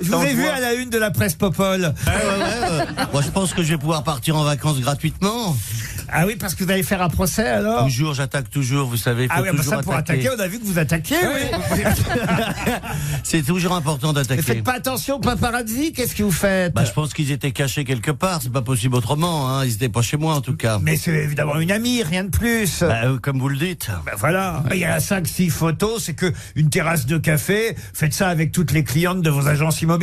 Je vous ai vu à la une de la presse Popol. Moi, je pense que je vais pouvoir partir en vacances gratuitement. Ah oui, parce que vous allez faire un procès alors Toujours, j'attaque toujours, vous savez. faut Ah oui, bah toujours ça pour attaquer, on a vu que vous attaquiez, oui. C'est toujours important Mais d'attaquer. faites pas attention, paparazzi, qu'est-ce que vous faites Bah, je pense qu'ils étaient cachés quelque part. C'est pas possible autrement. Hein. Ils étaient pas chez moi, en tout cas. Mais c'est évidemment une amie, rien de plus. Bah, euh, comme vous le dites. Ben voilà, il y a 5-6 photos, c'est que une terrasse de café, faites ça avec toutes les clientes de vos agences immobilières.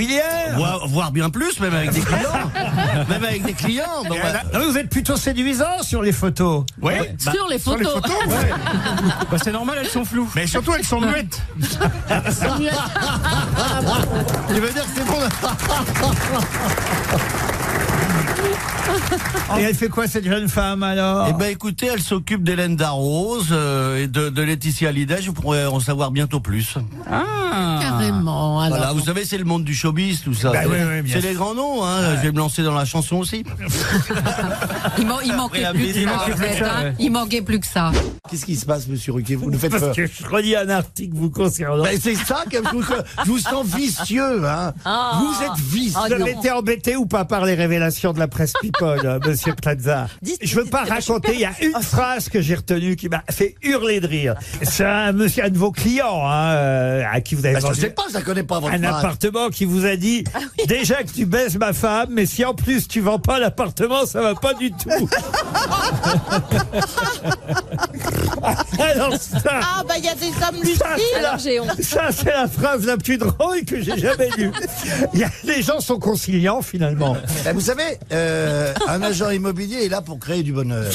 Voi- voire bien plus, même avec des clients. même avec des clients. Bon, Et bah, là- non, mais vous êtes plutôt séduisant sur les photos. Oui, Bah, sur les photos. Ah, Bah, c'est normal, elles sont floues. Mais surtout, elles sont muettes. il veut dire que c'est bon. là. Ah. Et elle fait quoi cette jeune femme alors Eh ben, écoutez, elle s'occupe d'Hélène Darroze euh, et de, de Laetitia Hallyday. Je pourrais en savoir bientôt plus. Ah. Carrément. Alors. Voilà, vous savez, c'est le monde du showbiz, tout ça. Bah c'est oui, oui, bien c'est sûr. les grands noms. Hein. Je vais me lancer dans la chanson aussi. Il, man- il manquait plus que ça. en fait, hein. Il manquait plus que ça. Qu'est-ce qui se passe, monsieur Ruquier Vous nous faites Parce peur. que je relis un article vous concernant. Ben, c'est ça que je vous, je vous sens vicieux, hein. vous êtes vicieux. Vous avez été embêté ou pas par les révélations de la presse People, euh, monsieur Plaza Dites- Je veux pas raconter, il y a une phrase que j'ai retenue qui m'a fait hurler de rire. C'est un monsieur, un de vos clients, hein, euh, à qui vous avez Bah, Ben, je vendu sais pas, je la connais pas votre un phrase. appartement qui vous a dit Ah déjà que tu baises ma femme, mais si en plus tu vends pas l'appartement, ça va pas du tout. Alors ça, Ah, bah, il y a des hommes lucides. ça, c'est la- ça, c'est la phrase la plus drôle que j'ai jamais lue. Il y a- les gens sont conciliants finalement. Ben, vous savez, euh, un agent immobilier est là pour créer du bonheur.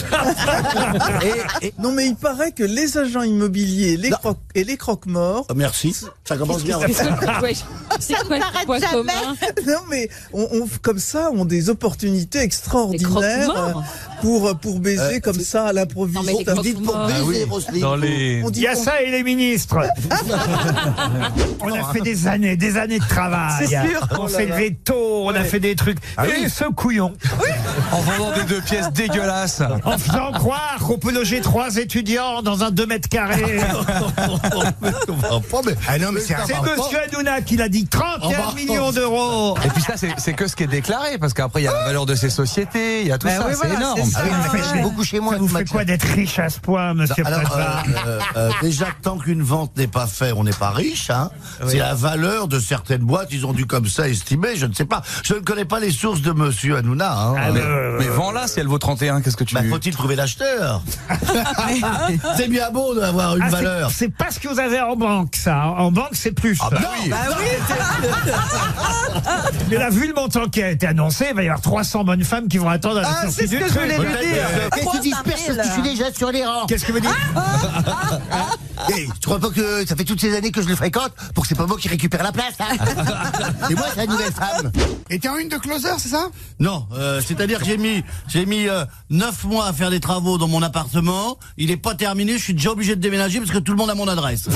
et, et- Non mais il paraît que les agents immobiliers les croque- et les croque-morts, oh, merci, ça commence bien. ça ne s'arrête jamais. non mais on, on- comme ça, ont des opportunités Les extraordinaires croque-morts euh, pour pour baiser comme ça à l'improviste. Non, mais les On Vous dit- dites pour baiser, Roselyne. Dans les. on dit Il y a qu'on- ça et les ministres. on a fait des années, des années de travail. C'est sûr. Oh On s'est levé tôt, on a fait des trucs. Ah et ce couillon, En vendant des deux pièces dégueulasses. en faisant croire qu'on peut loger trois étudiants dans un 2 mètres carrés. Ah non, mais c'est bah, un C'est Monsieur Hanouna qui l'a dit 31 millions d'euros. Et puis ça, c'est c'est que ce qui est déclaré, parce qu'après, il y a la valeur de ces sociétés, il y a tout Ben ça, oui, c'est voilà, énorme. c'est ça. Ah, Ouais. j'ai beaucoup chez moi. Ça vous ce fait matin. quoi d'être riche à ce point, Monsieur Alors, euh, Plaza euh, euh, déjà, tant qu'une vente n'est pas faite, on n'est pas riche. Hein. C'est la valeur de certaines boîtes. Ils ont dû comme ça estimer. Je ne sais pas. Je ne connais pas les sources de Monsieur Hanouna. Hein. Ah, Euh, mais, euh, Mais vends-la si elle vaut 31, qu'est-ce que tu bah, veux faut-il trouver l'acheteur C'est bien beau d'avoir une ah, c'est- valeur. C'est pas ce que vous avez en banque, ça. En banque, c'est plus. Ah bah oui. Mais là, vu le montant qui a été annoncé, il va y avoir 300 bonnes femmes qui vont attendre à la Ah, sortie c'est ce du que je truc. voulais lui dire. Qu'est-ce qui disperse que je suis déjà sur les rangs Qu'est-ce que vous dites Hey, tu crois pas que ça fait toutes ces années que je le fréquente pour que c'est pas moi qui récupère la place hein C'est moi, c'est la nouvelle femme. Et t'es en une de closer, c'est ça Non, euh, c'est-à-dire que j'ai mis j'ai mis euh, neuf mois à faire des travaux dans mon appartement. Il est pas terminé, je suis déjà obligé de déménager parce que tout le monde a mon adresse.